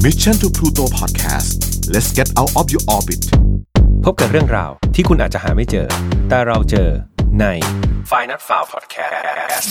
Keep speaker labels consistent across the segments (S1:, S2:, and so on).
S1: Mission to Pluto Podcast let's get out of your orbit
S2: พบกับเรื่องราวที่คุณอาจจะหาไม่เจอ แต่เราเจอใน f i n a l f i l e Podcast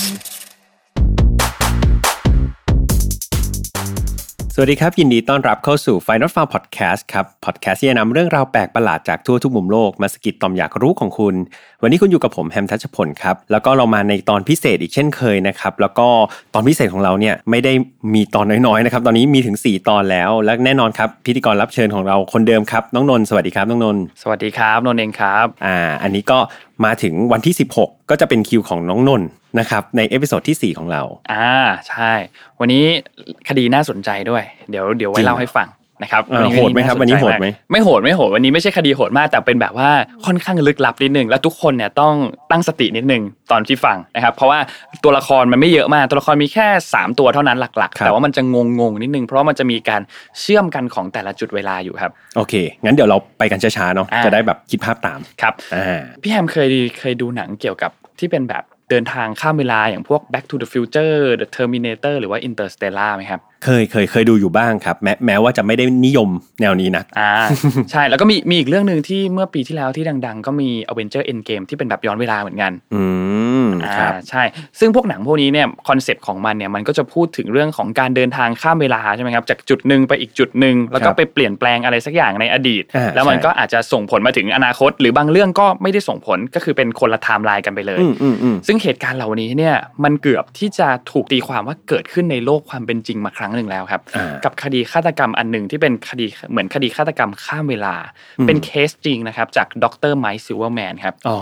S2: สวัสดีครับ ยินดีต้อนรับเข้าสู่ f i n a l f i l e Podcast ครับ Podcast ที่จะนำเรื่องราวแปลกประหลาดจากทั่วทุกมุมโลก มาสะกิดต่อมอยากรู้ของคุณ วันนี้คุณอยู่กับผมแฮมทัชพลครับ แล้วก็เรามาในตอนพิเศษอีกเช่นเคยนะครับ แล้วก็ตอนพิเศษของเราเนี่ยไม่ได้มีตอนน้อยๆนะครับ ตอนนี้มีถึง 4 ตอนแล้ว และแน่นอนครับพิธีกรรับเชิญของเราคนเดิมครับ น้องนนท์สวัสดีครับน้องนนท์
S3: สวัสดีครับนนท์เองครับ
S2: อ่าอันนี้ก็มาถึงวันที่ 16 ก็จะเป็นคิวของน้องนนท์นะครับ ในเอพิโซดที่ 4 ของเรา
S3: อ่าใช่ วันนี้คดีน่าสนใจด้วย เดี๋ยวเดี๋ยวไว้เล่าให้ฟังนะครับ
S2: เออโหดไหมครับ
S3: าสใจ
S2: วันนี้โหดไหม
S3: ากไม่โหดไม่โหดวันนี้ไม่ใช่คดีโหดมากแต่เป็นแบบว่าค่อนข้างลึกลับนิดนึงแล้วทุกคนเนี่ยต้องตั้งสตินิดนึงตอนที่ฟังนะครับ เพราะว่าตัวละครมันไม่เยอะมาก ตัวละครมีแค่ 3 ตัวเท่านั้นหลักๆ แต่ว่ามันจะงงงๆนิดนึง เพราะว่ามันจะมีการเชื่อมกันของแต่ละจุดเวลาอยู่ครับ
S2: โอเค งั้นเดี๋ยวเราไปกันช้าๆเนาะ
S3: อ่า
S2: จะได้แบบคิดภาพตาม
S3: ครับ
S2: อ่า
S3: พี่แฮมเคยเคยดูหนังเกี่ยวกับที่เป็นแบบเดินทางข้ามเวลาอย่างพวก Back to the Future The Terminator หรือว่า Interstellar ไหมครับ
S2: เคยเคยเคยดูอยู่บ้างครับ แม้แม้ว่าจะไม่ได้นิยมแนวนี้นะ
S3: อ่า ใช่แล้วก็มีมีอีกเรื่องหนึ่งที่เมื่อปีที่แล้วที่ดัง ๆ ก็มี Avenger Endgame ที่เป็นแบบย้อนเวลาเหมือนกัน
S2: อืม
S3: อ่า
S2: ครับ
S3: ใช่ ซึ่งพวกหนังพวกนี้เนี่ยคอนเซปต์ของมันเนี่ยมันก็จะพูดถึงเรื่องของการเดินทางข้ามเวลาใช่ไหมครับจากจุดหนึ่งไปอีกจุดหนึ่งแล้ว
S2: ค
S3: ก็
S2: รับ
S3: ไปเปลี่ยนแปลงอะไรสักอย่างในอดีต
S2: อ่า
S3: แล้วมัน
S2: ใช่
S3: ก็อาจจะส่งผลมาถึงอนาคต หรือบางเรื่องก็ไม่ได้ส่งผลก็คือเป็นคนละไทม์ไลน์กันไปเลย
S2: อืมอืมอืม
S3: ซึ่งเหตุการณ์เหล่านี้เนี่ยมันเกือบที่จะถูกตีความว่าเกิดขึ้นในโลกความเป็นจริงมาครั้งหนึ่งแล้วครับ
S2: อ่า
S3: กับคดีฆาตกรรมอันหนึ่งที่เป็นคดีเหมือนคดีฆาตกรรมข้ามเวลา
S2: อืม
S3: เป็นเคสจริงนะครับ จากดรไมค์ซิลเวอร์แมนครับ
S2: อ๋อ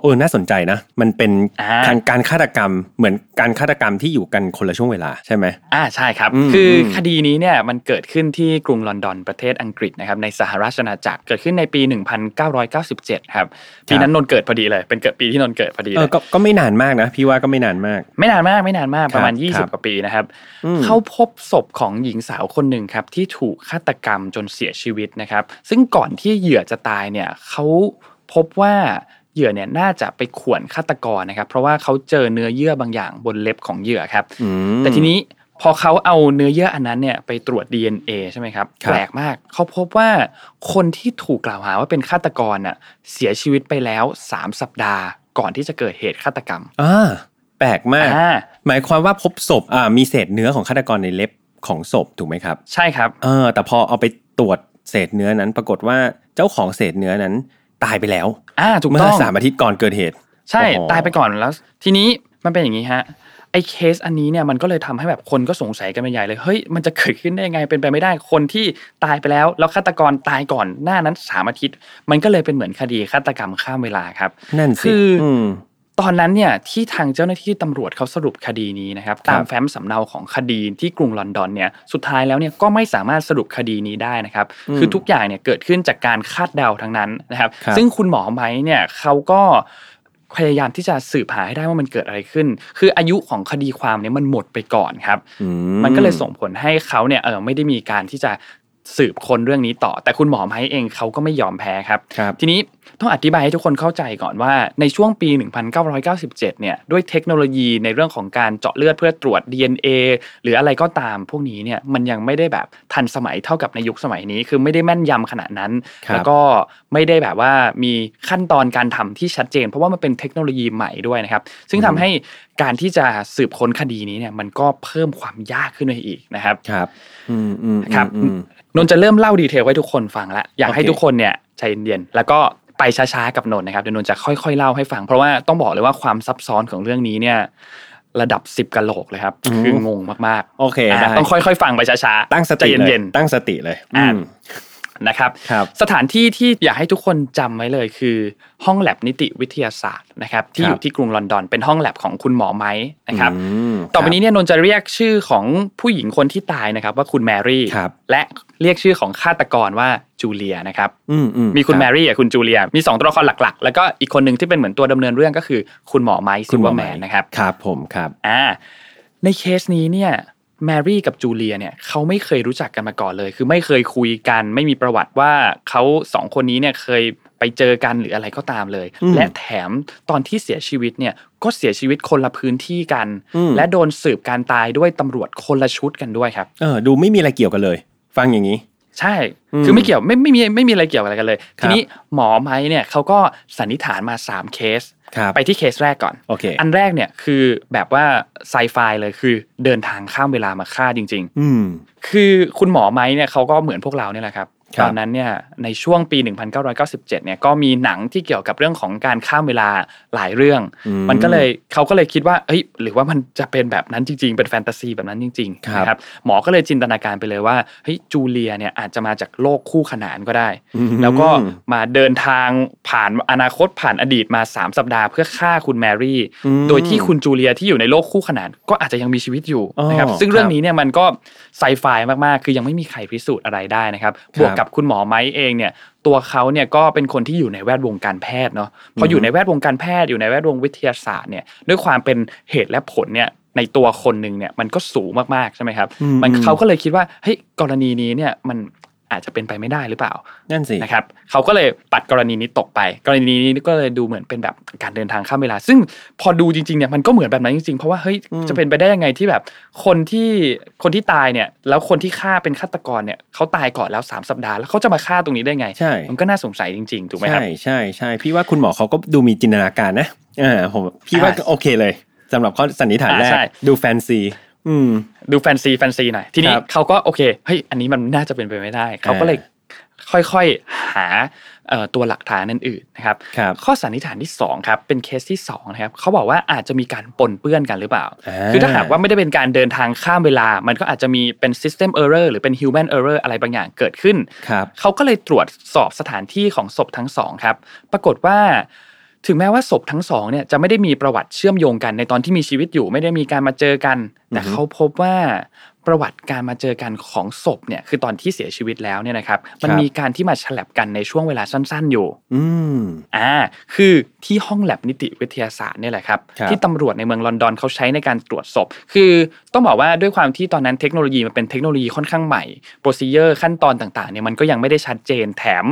S2: เออน่าสนใจนะ มันเป็น
S3: อ่า
S2: ทางการฆาตกรรมเหมือนการฆาตกรรมที่อยู่กันคนละช่วงเวลาใช่ไหม
S3: อ่าใช่ครับ
S2: อืม
S3: คืออ
S2: ม
S3: คดีนี้เนี่ยมันเกิดขึ้นที่กรุงลอนดอนประเทศอังกฤษนะครับในสหราชอาณาจักรเกิดขึ้นในปี 1997 ครับ
S2: ค
S3: ปี
S2: รับ
S3: นั้นนนท์เกิดพอดีเลยเป็นเกิดปีที่นนท์เกิดพอดี
S2: เอ
S3: เล
S2: อย ก็ก็ไม่นานมากนะ พี่ว่าก็ไม่นานมาก
S3: ไม่นานมากไม่นานมาก
S2: ครับ
S3: ประมาณ
S2: ครับ
S3: 20 กว่าปีนะครับ
S2: อืม
S3: เขาพบศพของหญิงสาวคนหนึ่งครับที่ถูกฆาตกรรมจนเสียชีวิตนะครับ ซึ่งก่อนที่เหยื่อจะตายเนี่ยเขาพบว่าเหยื่อเนี่ยน่าจะไปข่วนฆาตกรนะครับ เพราะว่าเขาเจอเนื้อเยื่อบางอย่างบนเล็บของเหยื่อครับ
S2: อืม
S3: แต่ทีนี้พอเขาเอาเนื้อเยื่ออันนั้นเนี่ยไปตรวจ DNA ใช่ไหมครับ
S2: ครับ
S3: แปลกมาก เขาพบว่าคนที่ถูกกล่าวหาว่าเป็นฆาตกรน่ะเสียชีวิตไปแล้วสามสัปดาห์ ก่อนที่จะเกิดเหตุฆาตกรรม
S2: อ่าแปลกมาก
S3: อ่า
S2: หมายความว่าพบศพอ่ามีเศษเนื้อของฆาตกรในเล็บของศพถูกไหมครับ
S3: ใช่ครับ
S2: เออ แต่พอเอาไปตรวจเศษเนื้อนั้น ปรากฏว่าเจ้าของเศษเนื้อนั้น ตายไปแล้ว
S3: อ่า ถูก
S2: เมื่
S3: ต้
S2: อ
S3: อง
S2: สามอาทิตย์ก่อนเกิดเหตุ
S3: ใช่
S2: โอ้โห
S3: ตายไปก่อนแล้ว ทีนี้มันเป็นอย่างนี้ฮะ ไอ้เคสอันนี้เนี่ยมันก็เลยทำให้แบบคนก็สงสัยกันเป็นใหญ่เลย เฮ้ย มันจะเกิดขึ้นได้ยังไง เป็นไปไม่ได้ คนที่ตายไปแล้ว แล้วฆาตกรตายก่อนหน้านั้นสามอาทิตย์ มันก็เลยเป็นเหมือนคดีฆาตกรรมข้ามเวลาครับ
S2: นั่นสิ
S3: คืออื
S2: ม
S3: ตอนนั้นเนี่ยที่ทางเจ้าหน้าที่ตำรวจเขาสรุปคดีนี้นะครับ
S2: ครับ
S3: ตามแฟ้มสำเนาของคดีที่กรุงลอนดอนเนี่ยสุดท้ายแล้วเนี่ยก็ไม่สามารถสรุปคดีนี้ได้นะครับ คือทุกอย่างเนี่ยเกิดขึ้นจากการคาดเดาทั้งนั้นนะครับ
S2: ครับ
S3: ซึ่งคุณหมอไม้เนี่ยเขาก็พยายามที่จะสืบหาให้ได้ว่ามันเกิดอะไรขึ้น คืออายุของคดีความเนี่ยมันหมดไปก่อนครับ
S2: อื
S3: มันก็เลยส่งผลให้เขาเนี่ยเออไม่ได้มีการที่จะสืบคนเรื่องนี้ต่อ แต่คุณหมอไม้เองเขาก็ไม่ยอมแพ้ครับ
S2: ครับ
S3: ทีนี้ต้องอธิบายให้ทุกคนเข้าใจก่อนว่าในช่วงปี 1997 เนี่ยด้วยเทคโนโลยีในเรื่องของการเจาะเลือดเพื่อตรวจ DNA หรืออะไรก็ตามพวกนี้เนี่ยมันยังไม่ได้แบบทันสมัยเท่ากับในยุคสมัยนี้ คือไม่ได้แม่นยำขนาดนั้น
S2: ครับ
S3: แล้วก็ไม่ได้แบบว่ามีขั้นตอนการทำที่ชัดเจน เพราะว่ามันเป็นเทคโนโลยีใหม่ด้วยนะครับ ซึ่ง
S2: อืม
S3: ทำให้การที่จะสืบค้นคดีนี้เนี่ยมันก็เพิ่มความยากขึ้นไปอีกนะครับ
S2: ครับ อืมอืมอืม
S3: ครับ
S2: อืม
S3: นนท์จะเริ่มเล่าดีเทลให้ทุกคนฟังละอยากให้
S2: โอเค
S3: ทุกคนเนี่ยใจเย็นๆแล้วก็ไปช้าๆกับนนท์นะครับเดี๋ยวนนท์จะค่อยๆเล่าให้ฟัง เพราะว่าต้องบอกเลยว่าความซับซ้อนของเรื่องนี้เนี่ยระดับสิบกะโหลกเลยครับคืองงมาก
S2: โอเค
S3: ๆอ่ะ
S2: ได้
S3: ต้องค่อยๆฟังไปช้าๆ
S2: ตั้งส
S3: ใจ
S2: ติ
S3: เย็น
S2: ตั้งสติเลย
S3: อ่ะ
S2: ม
S3: ๆนะครับ
S2: ครับ
S3: สถานที่ที่อยากให้ทุกคนจำไว้เลยคือห้องแลบนิติวิทยาศาสตร์นะครับที่
S2: ครั
S3: อบ ยู่ที่กรุงลอนดอนเป็นห้องแลบของคุณหมอไม้นะครับ
S2: ม
S3: ต่อไปนี้เนี่ยนนท์จะเรียกชื่อของผู้หญิงคนที่ตายนะครับว่าคุณแมรี่
S2: ครับ
S3: และเรียกชื่อของฆาตกรว่าจูเลียนะครับ
S2: อืมอืม
S3: มีคุณ
S2: รับ
S3: แมรี่กับคุณจูเลียมีสองตัวละครหลักๆ แล้วก็อีกคนหนึ่งที่เป็นเหมือนตัวดำเนินเรื่องก็คือคุณหมอไมค์ซิ
S2: คุณ
S3: ล
S2: หม
S3: เวอ
S2: อ
S3: ร์
S2: ไหม
S3: แมนนะครับ
S2: ครับผมครับ
S3: อ่าในเคสนี้เนี่ยแมรี่กับจูเลียเนี่ยเขาไม่เคยรู้จักกันมาก่อนเลย คือไม่เคยคุยกัน ไม่มีประวัติว่าเขาสองคนนี้เนี่ยเคยไปเจอกันหรืออะไรก็ตามเลย
S2: อืม
S3: และแถมตอนที่เสียชีวิตเนี่ยก็เสียชีวิตคนละพื้นที่กัน
S2: อืม
S3: และโดนสืบการตายด้วยตำรวจคนละชุดกันด้วยครับ
S2: เออดูไม่มีอะไรเกี่ยวกันเลย ฟังอย่างนี้
S3: ใช่
S2: อืม
S3: คือไม่เกี่ยวไม่ไม่มีไม่มีอะไรเกี่ยวอะไรกันเลย
S2: ครับ
S3: ทีนี้หมอไม้เนี่ยเขาก็สันนิษฐานมา 3 เคส
S2: ครับ
S3: ไปที่เคสแรกก่อน
S2: โอเค
S3: อันแรกเนี่ยคือแบบว่าไซไฟเลยคือเดินทางข้ามเวลามาฆ่าจริง
S2: อืม
S3: ๆ คือคุณหมอไม้เนี่ยเขาก็เหมือนพวกเราเนี่ยแหละครับ
S2: ครับ
S3: ตอนนั้นเนี่ยในช่วงปี 1997เนี่ยก็มีหนังที่เกี่ยวกับเรื่องของการข้ามเวลาหลายเรื่อง
S2: อื
S3: มันก็เลยเขาก็เลยคิดว่าเฮ้ยหรือว่ามันจะเป็นแบบนั้นจริง ๆ เป็นแฟนตาซีแบบนั้นจริง
S2: ค
S3: ๆ
S2: รับ
S3: นะครับหมอก็เลยจินตนาการไปเลยว่าเฮ้ยจูเลียเนี่ยอาจจะมาจากโลกคู่ขนานก็ได้
S2: อืม
S3: แล้วก็มาเดินทางผ่านอนาคตผ่านอดีตมา 3 สัปดาห์เพื่อฆ่าคุณแมรี่
S2: อืม
S3: โดยที่คุณจูเลียที่อยู่ในโลกคู่ขนานก็อาจจะยังมีชีวิตอยู่นะครับ
S2: อ๋อ
S3: ซึ่งเรื่อ
S2: ค
S3: ง
S2: รับ
S3: นี้เนี่ยมันก็ไซไฟมากๆ คือยังไม่มีใครพิสูจน์อะไรได้นะครับ
S2: ครับ
S3: บวกกับคุณหมอไม้เองเนี่ยตัวเขาเนี่ยก็เป็นคนที่อยู่ในแวดวงการแพทย์เนาะพออ
S2: ม
S3: ยู่ในแวดวงการแพทย์อยู่ในแวดวงวิทยาศาสตร์เนี่ยด้วยความเป็นเหตุและผลเนี่ยในตัวคนหนึ่งเนี่ยมันก็สูงมากๆใช่ไหมครับ
S2: อื
S3: มันเขาก็เลยคิดว่าเฮ้ยกรณีนี้เนี่ยมันอาจจะเป็นไปไม่ได้หรือเปล่า
S2: นั่นสิ
S3: นะครับเขาก็เลยปัดกรณีนี้ตกไป กรณีนี้ก็เลยดูเหมือนเป็นแบบการเดินทางข้ามเวลา ซึ่งพอดูจริงๆเนี่ยมันก็เหมือนแบบนั้นจริงๆ เพราะว่าเฮ้ย
S2: อืม
S3: จะเป็นไปได้ยังไงที่แบบคนที่คนที่ตายเนี่ยแล้วคนที่ฆ่าเป็นฆาตกรเนี่ยเขาตายก่อนแล้ว 3 สัปดาห์แล้วเขาจะมาฆ่าตรงนี้ได้ไง
S2: ใช่
S3: มันก็น่าสงสัยจริงๆ ถูกไหมครับ
S2: ใช่ใช่ใช่พี่ว่าคุณหมอเขาก็ดูมีจินตนาการนะอ่าผมพี่ว่า
S3: อ่า
S2: ก็โอเคเลยสำหรับข้อสันนิษฐานแรก
S3: อ่าใช่
S2: ดูแฟนซี อืม
S3: ดูแฟนซีแฟนซีหน่อยทีนี้
S2: ครับ
S3: เขาก็โอเคเฮ้ยอันนี้มันน่าจะเป็นไปไม่ได้ เขาก็เลยค่อยๆหาเอ่อตัวหลักฐานนั่นอื่นนะครับ
S2: ครับ
S3: ข้อสันนิษฐานที่สองครับเป็นเคสที่สองนะครับเขาบอกว่าอาจจะมีการปนเปื้อนกันหรือเปล่า คือถ้าหากว่าไม่ได้เป็นการเดินทางข้ามเวลา มันก็อาจจะมีเป็น system error หรือเป็น human error อะไรบางอย่างเกิดขึ้น
S2: ครับ
S3: เขาก็เลยตรวจสอบสถานที่ของศพทั้งสองครับ ปรากฏว่า ถึงแม้ว่าศพทั้งสองเนี่ยจะไม่ได้มีประวัติเชื่อมโยงกันในตอนที่มีชีวิตอยู่ ไม่ได้มีการมาเจอกัน แต่
S2: อือฮึ
S3: เขาพบว่าประวัติการมาเจอกันของศพเนี่ยคือตอนที่เสียชีวิตแล้วเนี่ยนะครับ มันมีการที่มาฉลับกันในช่วงเวลาสั้น ๆอยู่
S2: อืม
S3: อ่าคือที่ห้องแลบนิติวิทยาศาสตร์เนี่ยแหละครับ
S2: ครับ
S3: ที่ตำรวจในเมืองลอนดอนเขาใช้ในการตรวจศพ คือต้องบอกว่าด้วยความที่ตอนนั้นเทคโนโลยีมันเป็นเทคโนโลยีค่อนข้างใหม่โปรซีเ u อร์ขั้นตอนต่างๆเนี่ยมันก็ยังไม่ได้ชัดเจนแถม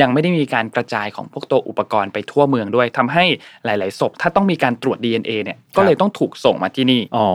S3: ยังไม่ได้มีการกระจายของพวกตัวอุปกรณ์ไปทั่วเมืองด้วยทำให้หลาย ๆ ศพ ถ้าต้องมีการตรวจ DNA เนี่ย
S2: ค
S3: ก็
S2: รับ
S3: เลยต้องถูกส่งมาที่นี่
S2: อ๋อ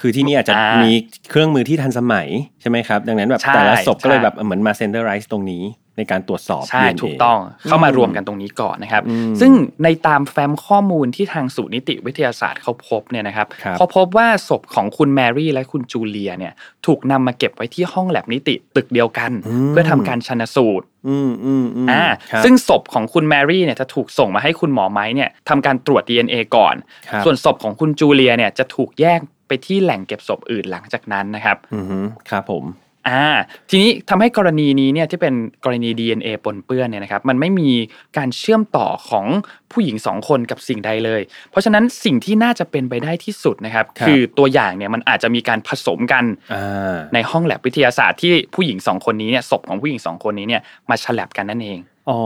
S2: คือที่นี่อาจจะ
S3: อ่ามี
S2: มีเครื่องมือที่ทันสมัยใช่ไหมครับ ดังนั้นแบบ
S3: ใช่
S2: แต่ละศพก็เลย
S3: ใช่
S2: แบบเหมือนมาเซนเตอร์ไรส์ตรงนี้ในการตรวจสอบ
S3: ใช่
S2: DNA
S3: ถูกต้องเข้ามารวมกัน
S2: อื
S3: ตรงนี้ก่อนนะครับ
S2: อืม
S3: ซึ่งในตามแฟ้มข้อมูลที่ทางศูนย์นิติวิทยาศาสตร์เขาพบเนี่ยนะครับ
S2: ครับ
S3: เขาพบว่าศพของคุณแมรี่และคุณจูเลียเนี่ยถูกนำมาเก็บไว้ที่ห้องแลบนิติตึกเดียวกัน เพื่อทำการชันสูตร
S2: อืมอืมอืม
S3: อ่า
S2: ครับ
S3: ซึ่งศพของคุณแมรี่เนี่ยจะถูกส่งมาให้คุณหมอไม้เนี่ยทำการตรวจ DNA ก่อน
S2: ครับ
S3: ส่วนศพของคุณจูเลียเนี่ยจะถูกแยกไปที่แหล่งเก็บศพอื่นหลังจากนั้นนะครับ
S2: อือฮึครับผม
S3: อ่าทีนี้ทำให้กรณีนี้เนี่ยที่เป็นกรณี DNA ปนเปื้อนเนี่ยนะครับมันไม่มีการเชื่อมต่อของผู้หญิงสองคนกับสิ่งใดเลย เพราะฉะนั้นสิ่งที่น่าจะเป็นไปได้ที่สุดนะครับ
S2: ครับ
S3: คือตัวอย่างเนี่ยมันอาจจะมีการผสมกัน
S2: อ่า
S3: ในห้องแลบวิทยาศาสตร์ที่ผู้หญิงสองคนนี้เนี่ยศพของผู้หญิงสองคนนี้เนี่ยมาฉลับกันนั่นเอง
S2: อ๋อ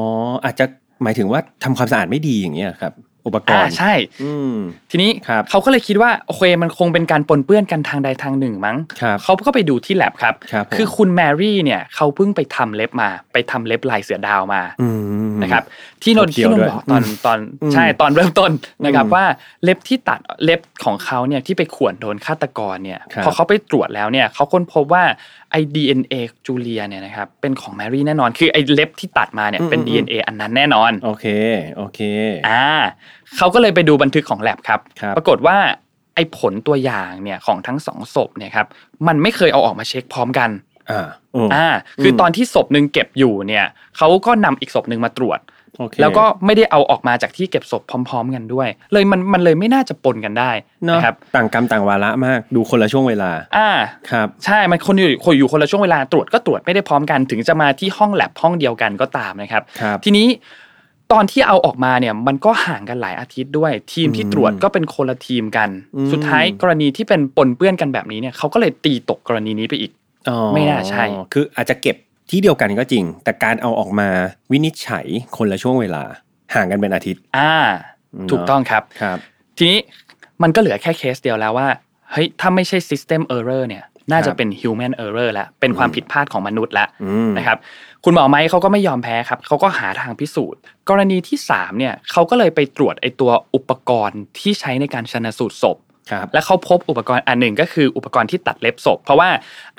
S2: อาจจะหมายถึงว่าทำความสะอาดไม่ดีอย่างเงี้ยครับ อุปก
S3: อ่าร
S2: ณ์
S3: ใช่
S2: อืม
S3: ทีนี้
S2: ครับ
S3: เขาก็เลยคิดว่าโอเคมันคงเป็นการปนเปื้อนกันทางใดทางหนึ่งมั้ง
S2: ครับ
S3: เขาก็ไปดูที่แลบครับ
S2: ครับผม
S3: คือคุณแมรี่เนี่ยเขาเพิ่งไปทำเล็บมา ไปทำเล็บลายเสือดาวมา
S2: อืม
S3: นะครับที่นนท์
S2: เขี
S3: ที่
S2: ยวน
S3: น
S2: ด้
S3: น
S2: วย
S3: ท์บอกตอนตอน
S2: อืม
S3: ใช่ตอนเริ่มต้นนะครับ
S2: อืม
S3: ว่าเล็บที่ตัดเล็บของเขาเนี่ยที่ไปข่วนโดนฆาตกรเนี่ย
S2: ครับ
S3: พอเขาไปตรวจแล้วเนี่ยเขาค้นพบว่าไอดีเอ็นเอจูเลียเนี่ยนะครับเป็นของแมรี่แน่นอนคือไอเล็บที่ตัดมาเนี่ย
S2: อืม
S3: เป็น
S2: อืม
S3: DNA อันนั้นแน่นอน
S2: โอเค โอเค
S3: อ่าเขาก็เลยไปดูบันทึกของแลบครับ
S2: ครับ
S3: ปรากฏว่าไอผลตัวอย่างเนี่ยของทั้งสองศพเนี่ยครับมันไม่เคยเอาออกมาเช็คพร้อมกัน
S2: อ่าโอ้
S3: อ่าคือตอนที่ศพหนึ่งเก็บอยู่เนี่ยเขาก็นำอีกศพหนึ่งมาตรวจ
S2: โอเค
S3: แล้วก็ไม่ได้เอาออกมาจากที่เก็บศพพร้อม ๆ กันด้วย เลยมันมันเลยไม่น่าจะปนกันได้
S2: เนอะ
S3: นะครับ
S2: ต่างกรรมต่างวาระมาก ดูคนละช่วงเวลา
S3: อ่า
S2: ครับ
S3: ใช่มันคนอยู่คนอยู่คนละช่วงเวลาตรวจก็ตรวจไม่ได้พร้อมกัน ถึงจะมาที่ห้องแลบห้องเดียวกันก็ตามนะครับ
S2: ครับ
S3: ทีนี้ตอนที่เอาออกมาเนี่ยมันก็ห่างกันหลายอาทิตย์ด้วย ทีมที่
S2: อืม
S3: ตรวจก็เป็นคนละทีมกัน
S2: อืม
S3: สุดท้ายกรณีที่เป็นปนเปื้อนกันแบบนี้เนี่ยเขาก็เลยตีตกกรณีนี้ไปอีก
S2: อ๋อ
S3: ไม่น่าใช่
S2: คืออาจจะเก็บที่เดียวกันก็จริง แต่การเอาออกมาวินิจฉัยคนละช่วงเวลา ห่างกันเป็นอาทิตย์
S3: อ่า
S2: เนะ
S3: ถูกต้องครับ
S2: ครับ
S3: ทีนี้มันก็เหลือแค่เคสเดียวแล้วว่าเฮ้ยถ้าไม่ใช่ system error เนี่ยน่า
S2: ครั
S3: จะ
S2: บ
S3: เป็น human error แล้วเป็นความ
S2: อืม
S3: ผิดพลาดของมนุษย์แล้ว
S2: อืม
S3: นะครับคุณหมอไม้เขาก็ไม่ยอมแพ้ครับเขาก็หาทางพิสูจน์ กรณีที่ 3 เนี่ยเขาก็เลยไปตรวจไอตัวอุปกรณ์ที่ใช้ในการชนสูตรศพ
S2: ครับ
S3: แล้วเขาพบอุปกรณ์อันหนึ่งก็คืออุปกรณ์ที่ตัดเล็บศพ เพราะว่า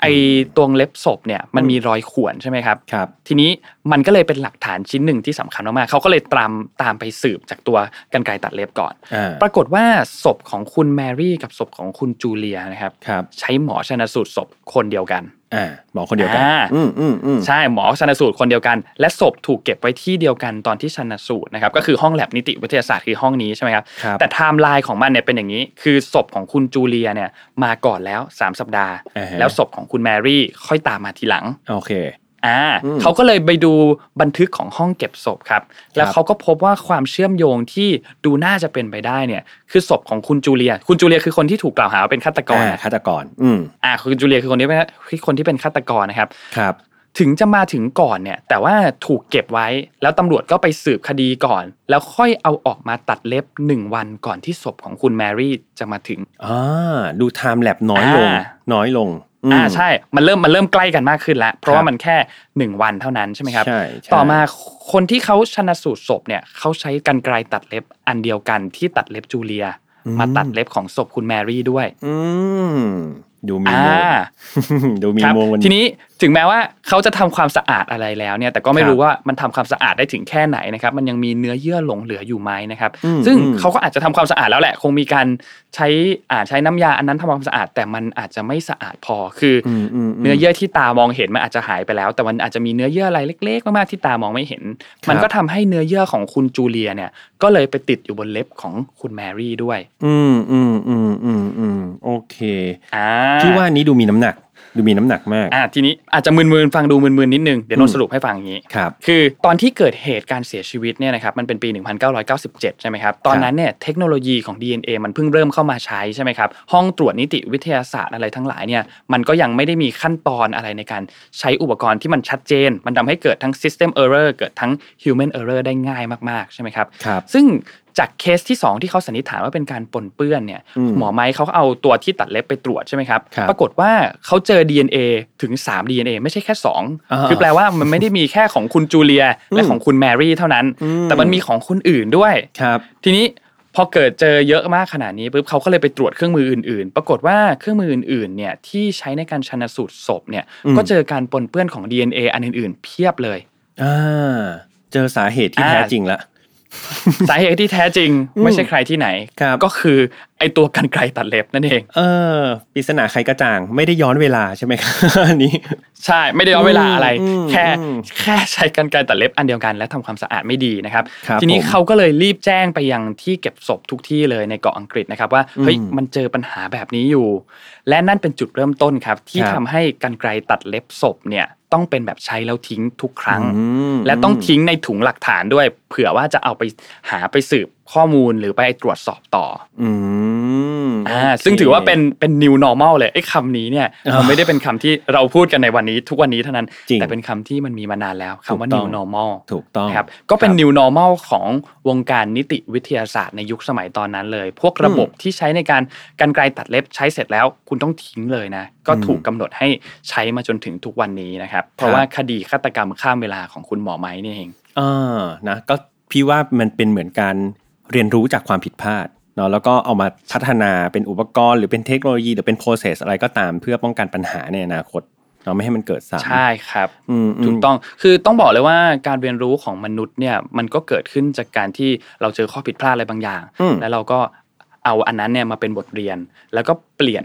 S3: ไอ้ตวงเล็บศพเนี่ยมันมีรอยข่วนใช่ไหมครับ
S2: ครับ
S3: ทีนี้มันก็เลยเป็นหลักฐานชิ้นหนึ่งที่สำคัญมากๆเขาก็เลยตามตามไปสืบจากตัวกันไกรตัดเล็บก่อน
S2: อ่า
S3: ปรากฏว่าศพของคุณแมรี่กับศพของคุณจูเลียนะครับ
S2: ครับ
S3: ใช้หมอชนสูตรศพคนเดียวกัน
S2: อ่าหมอคนเดียวกัน
S3: อ่า
S2: อืมอืมอืม
S3: ใช่หมอชนสูตรคนเดียวกัน และศพถูกเก็บไว้ที่เดียวกันตอนที่ชนสูตรนะครับก็คือห้องแลบนิติวิทยาศาสตร์คือห้องนี้ใช่ไหมครับ
S2: ครับ
S3: แต่ไทม์ไลน์ของมันเนี่ยเป็นอย่างนี้ คือศพของคุณจูเลียเนี่ยมาก่อนแล้ว 3 สัปดาห์
S2: อ่าฮะ
S3: แล้วศพของคุณแมรี่ค่อยตามมาทีหลัง
S2: โอเค
S3: อ่า
S2: อืม
S3: เขาก็เลยไปดูบันทึกของห้องเก็บศพครับ แล้วเขาก็พบว่าความเชื่อมโยงที่ดูน่าจะเป็นไปได้เนี่ยคือศพของคุณจูเลีย คุณจูเลียคือคนที่ถูกกล่าวหาว่าเป็นฆาตกรา
S2: ฆาตกร อืม
S3: อ่าคุณจูเลียคือคนที่เป็นคือคนที่เป็นฆาตกรนะครับ
S2: ครับ
S3: ถึงจะมาถึงก่อนเนี่ยแต่ว่าถูกเก็บไว้ แล้วตำรวจก็ไปสืบคดีก่อน แล้วค่อยเอาออกมาตัดเล็บหนึ่งวันก่อนที่ศพของคุณแมรี่จะมาถึง
S2: อ่า ดูไทม์แลบน้อยลง
S3: อ่า
S2: น้อยลงม
S3: อ่าใช่ มันเริ่มมันเริ่มใกล้กันมากขึ้นแล้วเพ
S2: ครั
S3: ราะ
S2: บ
S3: ว่ามันแค่หนึ่งวันเท่านั้นใช่ไหมครับ
S2: ใช่ใช่
S3: ต่อมาคนที่เขาชนะสูตรศพเนี่ยเขาใช้กรรไกรตัดเล็บอันเดียวกันที่ตัดเล็บจูเลีย มาตัดเล็บของศพคุณแมรี่ด้วย
S2: อืม ดูมี
S3: อ่า
S2: โมง ดูมี
S3: ครับ
S2: โมง วัน
S3: ทีนี้ถึงแม้ว่าเขาจะทำความสะอาดอะไรแล้วเนี่ยแต่ก็ไม่
S2: ครับ
S3: รู้ว่ามันทำความสะอาดได้ถึงแค่ไหนนะครับมันยังมีเนื้อเยื่อหลงเหลืออยู่ไหมนะครับ
S2: อืม
S3: ซึ่ง
S2: อืม
S3: เขาก็อาจจะทำความสะอาดแล้วแหละ คงมีการใช้อ่าใช้น้ำยาอันนั้นทำความสะอาด แต่มันอาจจะไม่สะอาดพอคืออ
S2: อืมมม
S3: เนื้อเยื่อที่ตามองเห็นมันอาจจะหายไปแล้ว แต่มันอาจจะมีเนื้อเยื่ออะไรเล็ก ๆ มากๆที่ตามองไม่เห็น
S2: ครับ
S3: มันก็ทำให้เนื้อเยื่อของคุณจูเลียเนี่ยก็เลยไปติดอยู่บนเล็บของคุณแมรี่ด้วย
S2: อืมอืมอืมอืมอืมโอเค
S3: อ่า
S2: พี่ว่านี้ดูมีน้ำหนัก ดูมีน้ำหนักมาก
S3: อ่าทีนี้อาจจะมึนๆฟังดูมึนๆนิดนึงเดี๋ยวโนตสรุปให้ฟังอย่างนี้
S2: ครับ
S3: คือตอนที่เกิดเหตุการเสียชีวิตเนี่ยนะครับมันเป็นปี 1997 ใช่ไหมครับ ตอนนั้นเนี่ยเทคโนโลยีของ DNA มันเพิ่งเริ่มเข้ามาใช้ใช่ไหมครับ ห้องตรวจนิติวิทยาศาสตร์อะไรทั้งหลายเนี่ยมันก็ยังไม่ได้มีขั้นตอนอะไรในการใช้อุปกรณ์ที่มันชัดเจน มันทำให้เกิดทั้ง system error เกิดทั้ง human error ได้ง่ายมากๆใช่ไหมครับ
S2: ครับ
S3: ซึ่งจากเคสที่ 2 ที่เขาสันนิษฐานว่าเป็นการปนเปื้อนเนี่ย
S2: อืม
S3: หมอไม้เขาก็เอาตัวที่ตัดเล็บไปตรวจใช่ไหมครับ
S2: ครับ
S3: ปรากฏว่าเขาเจอ DNA ถึง 3 DNA ไม่ใช่แค่
S2: อ่า
S3: 2 คือแปลว่ามันไม่ได้มีแค่ของคุณจูเลีย และ
S2: อืม
S3: ของคุณแมรี่เท่านั้น
S2: อืม
S3: แต่มันมีของคนอื่นด้วย
S2: ครับ
S3: ทีนี้พอเกิดเจอเยอะมากขนาดนี้ปุ๊บเขาก็เลยไปตรวจเครื่องมืออื่นๆ ปรากฏว่าเครื่องมืออื่นๆเนี่ยที่ใช้ในการชันสูตรศพเนี่ย
S2: อืม
S3: ก็เจอการปนเปื้อนของ DNA อันอื่นๆ เพียบเลย
S2: อ่า เจอสาเหตุที่
S3: อ่า
S2: แท้จริงละ
S3: สาเหตุที่แท้จริงไม่ใช่ใครที่ไหน
S2: ครับ
S3: ก็คือไอตัวกันไกลตัดเล็บนั่นเอง
S2: เออปริศนาใครกระจ่าง ไม่ได้ย้อนเวลาใช่ไหมครับอันนี้
S3: ใช่ไม่ได้เอาเวลาอะไร
S2: อืม
S3: แค่
S2: อืม
S3: แค่ใช้กันไกลตัดเล็บอันเดียวกันและทำความสะอาดไม่ดีนะครับ
S2: ครับ
S3: ทีนี้
S2: ผม
S3: เขาก็เลยรีบแจ้งไปยังที่เก็บศพทุกที่เลยในเกาะอังกฤษนะครับว่าเฮ้ย
S2: อืม
S3: มันเจอปัญหาแบบนี้อยู่ และนั่นเป็นจุดเริ่มต้นครับ ที่
S2: ครับ
S3: ทำให้กันไกลตัดเล็บศพเนี่ยต้องเป็นแบบใช้แล้วทิ้งทุกครั้ง
S2: อืม
S3: และต้องทิ้งในถุงหลักฐานด้วย เผื่อว่าจะเอาไปหาไปสืบข้อมูลหรือไปตรวจสอบต่อ
S2: อืม
S3: อ่า
S2: โค
S3: ซึ่งถือว่าเป็นเป็น new normal เลยไอ้คำนี้เนี่ย
S2: อ่ามั
S3: มันไม่ได้เป็นคำที่เราพูดกันในวันนี้ทุกวันนี้เท่านั้น
S2: จริง
S3: แต่เป็นคำที่มันมีมานานแล้วคำว่า
S2: ถูกต้อง
S3: new normal
S2: ถูกต้อง
S3: นะครับก็เป็น
S2: ครับ
S3: new normal ของวงการนิติวิทยาศาสตร์ในยุคสมัยตอนนั้นเลย พวกระบบที่ใช้ในการกันไกลตัดเล็บใช้เสร็จแล้วคุณต้องทิ้งเลยนะ ก็ถูกกำหนดให้ใช้มาจนถึงทุกวันนี้นะครับ เพราะว่าคดีฆาตกรรมข้ามเวลาของคุณหมอไม้นี่เอง
S2: อ่านะก็พี่ว่ามันเป็นเหมือนการเรียนรู้จากความผิดพลาดเนาะแล้วก็เอามาพัฒนาเป็นอุปกรณ์หรือเป็นเทคโนโลยีหรือเป็นโปรเซสอะไรก็ตาม เพื่อป้องกันปัญหาในอนาคตเนาะไม่ให้มันเกิดซ้ำ
S3: ใช่ครับ
S2: อืมม
S3: ถูกต้อง คือต้องบอกเลยว่าการเรียนรู้ของมนุษย์เนี่ยมันก็เกิดขึ้นจากการที่เราเจอข้อผิดพลาดอะไรบางอย่าง
S2: อืม
S3: แล้วเราก็เอาอันนั้นเนี่ยมาเป็นบทเรียน แล้วก็เปลี่ยน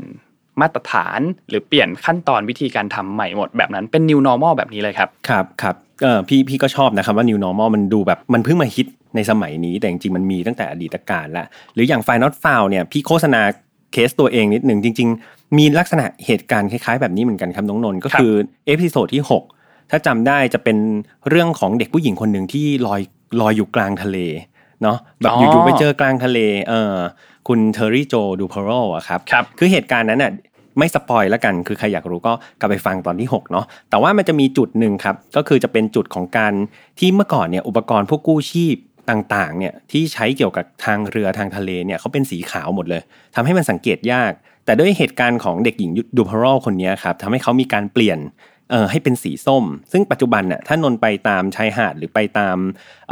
S3: มาตรฐานหรือเปลี่ยนขั้นตอนวิธีการทำใหม่หมดแบบนั้นเป็น new normal แบบนี้เลยครับ
S2: ครับครับเออพี่พี่ก็ชอบนะครับว่า new normal มันดูแบบมันเพิ่งมาฮิตในสมัยนี้ แต่จริงๆมันมีตั้งแต่อดีตกาลละหรืออย่าง f i n a l f o u l เนี่ยพี่โฆษณาเคสตัวเองนิดหนึ่งจริง ๆ มีลักษณะเหตุการณ์คล้ายๆ แบบนี้เหมือนกันครับน้องนนท์ก็คือเอพิโซดที่ 6 ถ้าจำได้จะเป็นเรื่องของเด็กผู้หญิงคนหนึ่งที่ลอยลอยอยู่กลางทะเลเนาะแบบ
S3: อ๋
S2: อ
S3: อ
S2: ยู่ๆไปเจอกลางทะเลเออคุณเทอร์รี่โจดูพาโรอะครับ
S3: ครับ
S2: คือเหตุการณ์นั้นน่ะไม่สปอยแล้วกัน คือใครอยากรู้ก็กลับไปฟังตอนที่ 6 เนาะแต่ว่ามันจะมีจุดหนึ่งครับ ก็คือจะเป็นจุดของการที่เมื่อก่อนเนี่ยอุปกรณ์พวกกู้ชีพต่างๆเนี่ยที่ใช้เกี่ยวกับทางเรือทางทะเลเนี่ยเขาเป็นสีขาวหมดเลยทำให้มันสังเกตยาก แต่ด้วยเหตุการณ์ของเด็กหญิงดูพารอลคนเนี้ยครับทำให้เขามีการเปลี่ยนเอ่อให้เป็นสีส้ม ซึ่งปัจจุบันน่ะถ้านนไปตามชายหาดหรือไปตาม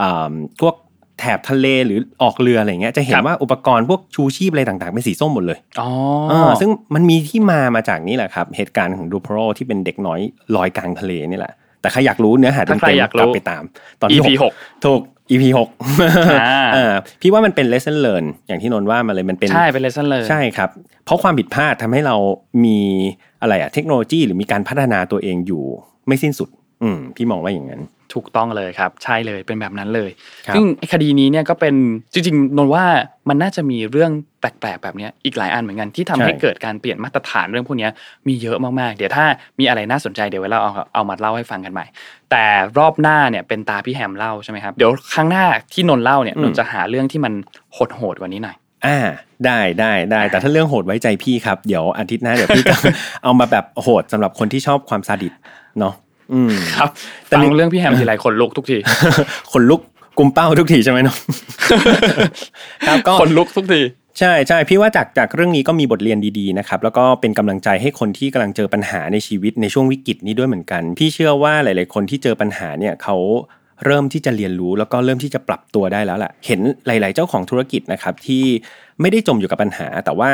S2: อ่าพวก แถ ถบทะเลหรือออกเรืออะไรเงี้ยจะเห็
S3: คน รับ
S2: ว่าอุปกรณ์พวกชูชีพอะไรต่างๆเป็นสีส้มหมดเลย
S3: อ๋อ
S2: เออซึ่งมันมีที่มามาจากนี่แหละครับเหตุการณ์ของดูโพรที่เป็นเด็กน้อยลอยกลางทะเลนี่แหละ แต่ใครอยากรู้เนื้อหาเต็มๆกลับไปตาม ตอน
S3: อี
S2: ที่
S3: พี
S2: หก
S3: หก
S2: ถูก EP หก
S3: อ่า
S2: เออพี่ว่ามันเป็น lesson learn อย่างที่นนท์ว่ามาเลยมันเป็น
S3: ใช่เป็นเลสันเลย
S2: ใช่ครับ เพราะความผิดพลาดทำให้เรามีอะไรอะเทคโนโลยีหรือมีการพัฒนาตัวเองอยู่ไม่สิ้นสุด อืมพี่มองว่าอย่างนั้น
S3: ถูกต้องเลยครับ ใช่เลยเป็นแบบนั้นเลย
S2: ครับ
S3: ซึ่งไอ้คดีนี้เนี่ยก็เป็นจริงๆนนท์ว่ามันน่าจะมีเรื่องแปลกๆแบบเนี้ยอีกหลายอันเหมือนกันที่ทำให้
S2: ใช่
S3: เกิดการเปลี่ยนมาตรฐานเรื่องพวกเนี้ยมีเยอะมากๆ เดี๋ยวถ้ามีอะไรน่าสนใจเดี๋ยวไว้เราเอาเอามาเล่าให้ฟังกันใหม่ แต่รอบหน้าเนี่ยเป็นตาพี่แฮมเล่าใช่ไหมครับเดี๋ยวครั้งหน้าที่นนท์เล่าเนี่ยนนท์จะหาเรื่องที่มันโหดๆกว่านี้หน่อย
S2: อ่าได้ได้ได้แต่ถ้าเรื่องโหดไว้ใจพี่ครับ เดี๋ยวอาทิตย์หน้าเดี๋ยวพี่จะ เอามาแบบโหดสำหรับคนที่ชอบความซาดิสเนาะอืม
S3: ครับ
S2: แต่
S3: ฟั
S2: ใน
S3: งเรื่องพี่แฮมทีไรขนลุกทุกที
S2: คนลุกกุมเป้าทุกทีใช่ไหมเนาะ ครับก็
S3: ขนลุกทุกที
S2: ใช่ใช่พี่ว่าจากจากเรื่องนี้ก็มีบทเรียนดีๆนะครับแล้วก็เป็นกำลังใจให้คนที่กำลังเจอปัญหาในชีวิตในช่วงวิกฤตนี้ด้วยเหมือนกัน พี่เชื่อว่าหลาย ๆ คนที่เจอปัญหาเนี่ยเขาเริ่มที่จะเรียนรู้แล้วก็เริ่มที่จะปรับตัวได้แล้วแหละเห็นหลาย ๆ เจ้าของธุรกิจนะครับที่ไม่ได้จมอยู่กับปัญหา แต่ว่า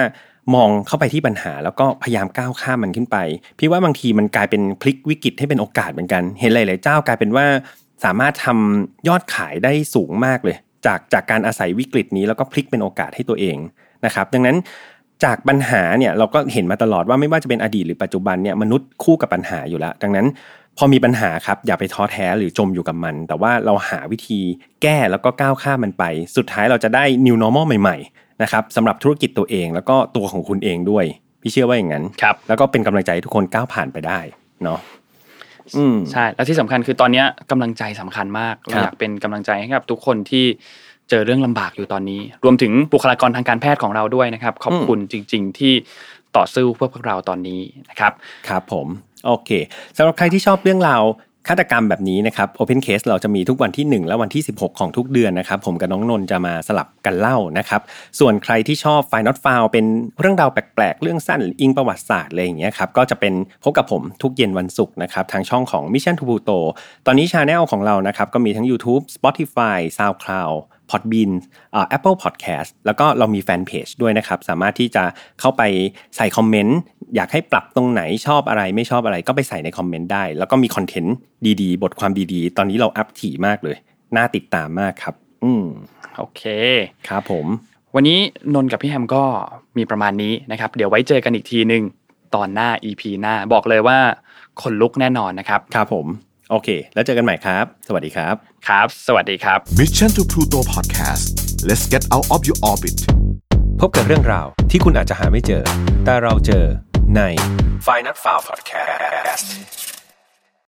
S2: มองเข้าไปที่ปัญหา แล้วก็พยายามก้าวข้ามมันขึ้นไป พี่ว่าบางทีมันกลายเป็นพลิกวิกฤตให้เป็นโอกาสเหมือนกัน เห็นหลาย ๆ เจ้ากลายเป็นว่า สามารถทำยอดขายได้สูงมากเลย จากจากการอาศัยวิกฤตนี้แล้วก็พลิกเป็นโอกาสให้ตัวเองนะครับ ดังนั้นจากปัญหาเนี่ยเราก็เห็นมาตลอดว่าไม่ว่าจะเป็นอดีตหรือปัจจุบันเนี่ยมนุษย์คู่กับปัญหาอยู่แล้ว ดังนั้นพอมีปัญหาครับอย่าไปท้อแท้หรือจมอยู่กับมัน แต่ว่าเราหาวิธีแก้แล้วก็ก้าวข้ามมันไป สุดท้ายเราจะได้ new normal ใหม่ๆนะครับสำหรับธุรกิจตัวเองแล้วก็ตัวของคุณเองด้วย พี่เชื่อว่าอย่างนั้น
S3: ครับ
S2: แล้วก็เป็นกำลังใจให้ทุกคนก้าวผ่านไปได้เนาะอืม
S3: ใช่ แล้วที่สำคัญคือตอนเนี้ยกำลังใจสำคัญมากเรา
S2: ครับ
S3: อยากเป็นกำลังใจให้กับทุกคนที่เจอเรื่องลำบากอยู่ตอนนี้ รวมถึงบุคลากรทางการแพทย์ของเราด้วยนะครับ ขอบ
S2: อืม
S3: คุณจริง ๆ ที่ต่อสู้เพื่อพวกเราตอนนี้นะครับ
S2: ครับผม โอเคสำหรับใครที่ชอบเรื่องราวฆาตกรรมแบบนี้นะครับ Open Case เราจะมีทุกวันที่ 1 และวันที่ 16 ของทุกเดือนนะครับ ผมกับน้องนนท์จะมาสลับกันเล่านะครับ ส่วนใครที่ชอบ f i n a l f i l เป็นเรื่องราวแปลกๆ เรื่องสั้นหรืออิงประวัติศาสตร์อะไรอย่างเงี้ยครับก็จะเป็นพบกับผมทุกเย็นวันศุกร์นะครับ ทางช่องของ Mission to Pluto ตอนนี้ชาแนลของเรานะครับก็มีทั้ง YouTube Spotify SoundCloud Podbean เอ่อ Apple Podcast แล้วก็เรามีแฟนเพจด้วยนะครับ สามารถที่จะเข้าไปใส่คอมเมนต์ อยากให้ปรับตรงไหนชอบอะไรไม่ชอบอะไรก็ไปใส่ในคอมเมนต์ได้ แล้วก็มีคอนเทนต์ดีๆ บทความดีๆ ตอนนี้เราอัพถี่มากเลย น่าติดตามมากครับ อืม
S3: โอเค
S2: ครับผม
S3: วันนี้นนท์กับพี่แฮมก็มีประมาณนี้นะครับ เดี๋ยวไว้เจอกันอีกทีหนึ่งตอนหน้า EP หน้าบอกเลยว่าขนลุกแน่นอนนะครับ
S2: ครับผม โอเค แล้วเจอกันใหม่ครับ สวัสดีครับ
S3: ครับ สวัสดีครับ
S1: Mission to Pluto Podcast let's get out of your orbit
S2: พบกับเรื่องราวที่คุณอาจจะหาไม่เจอ แต่เราเจอใน f i n a l f i l e Podcast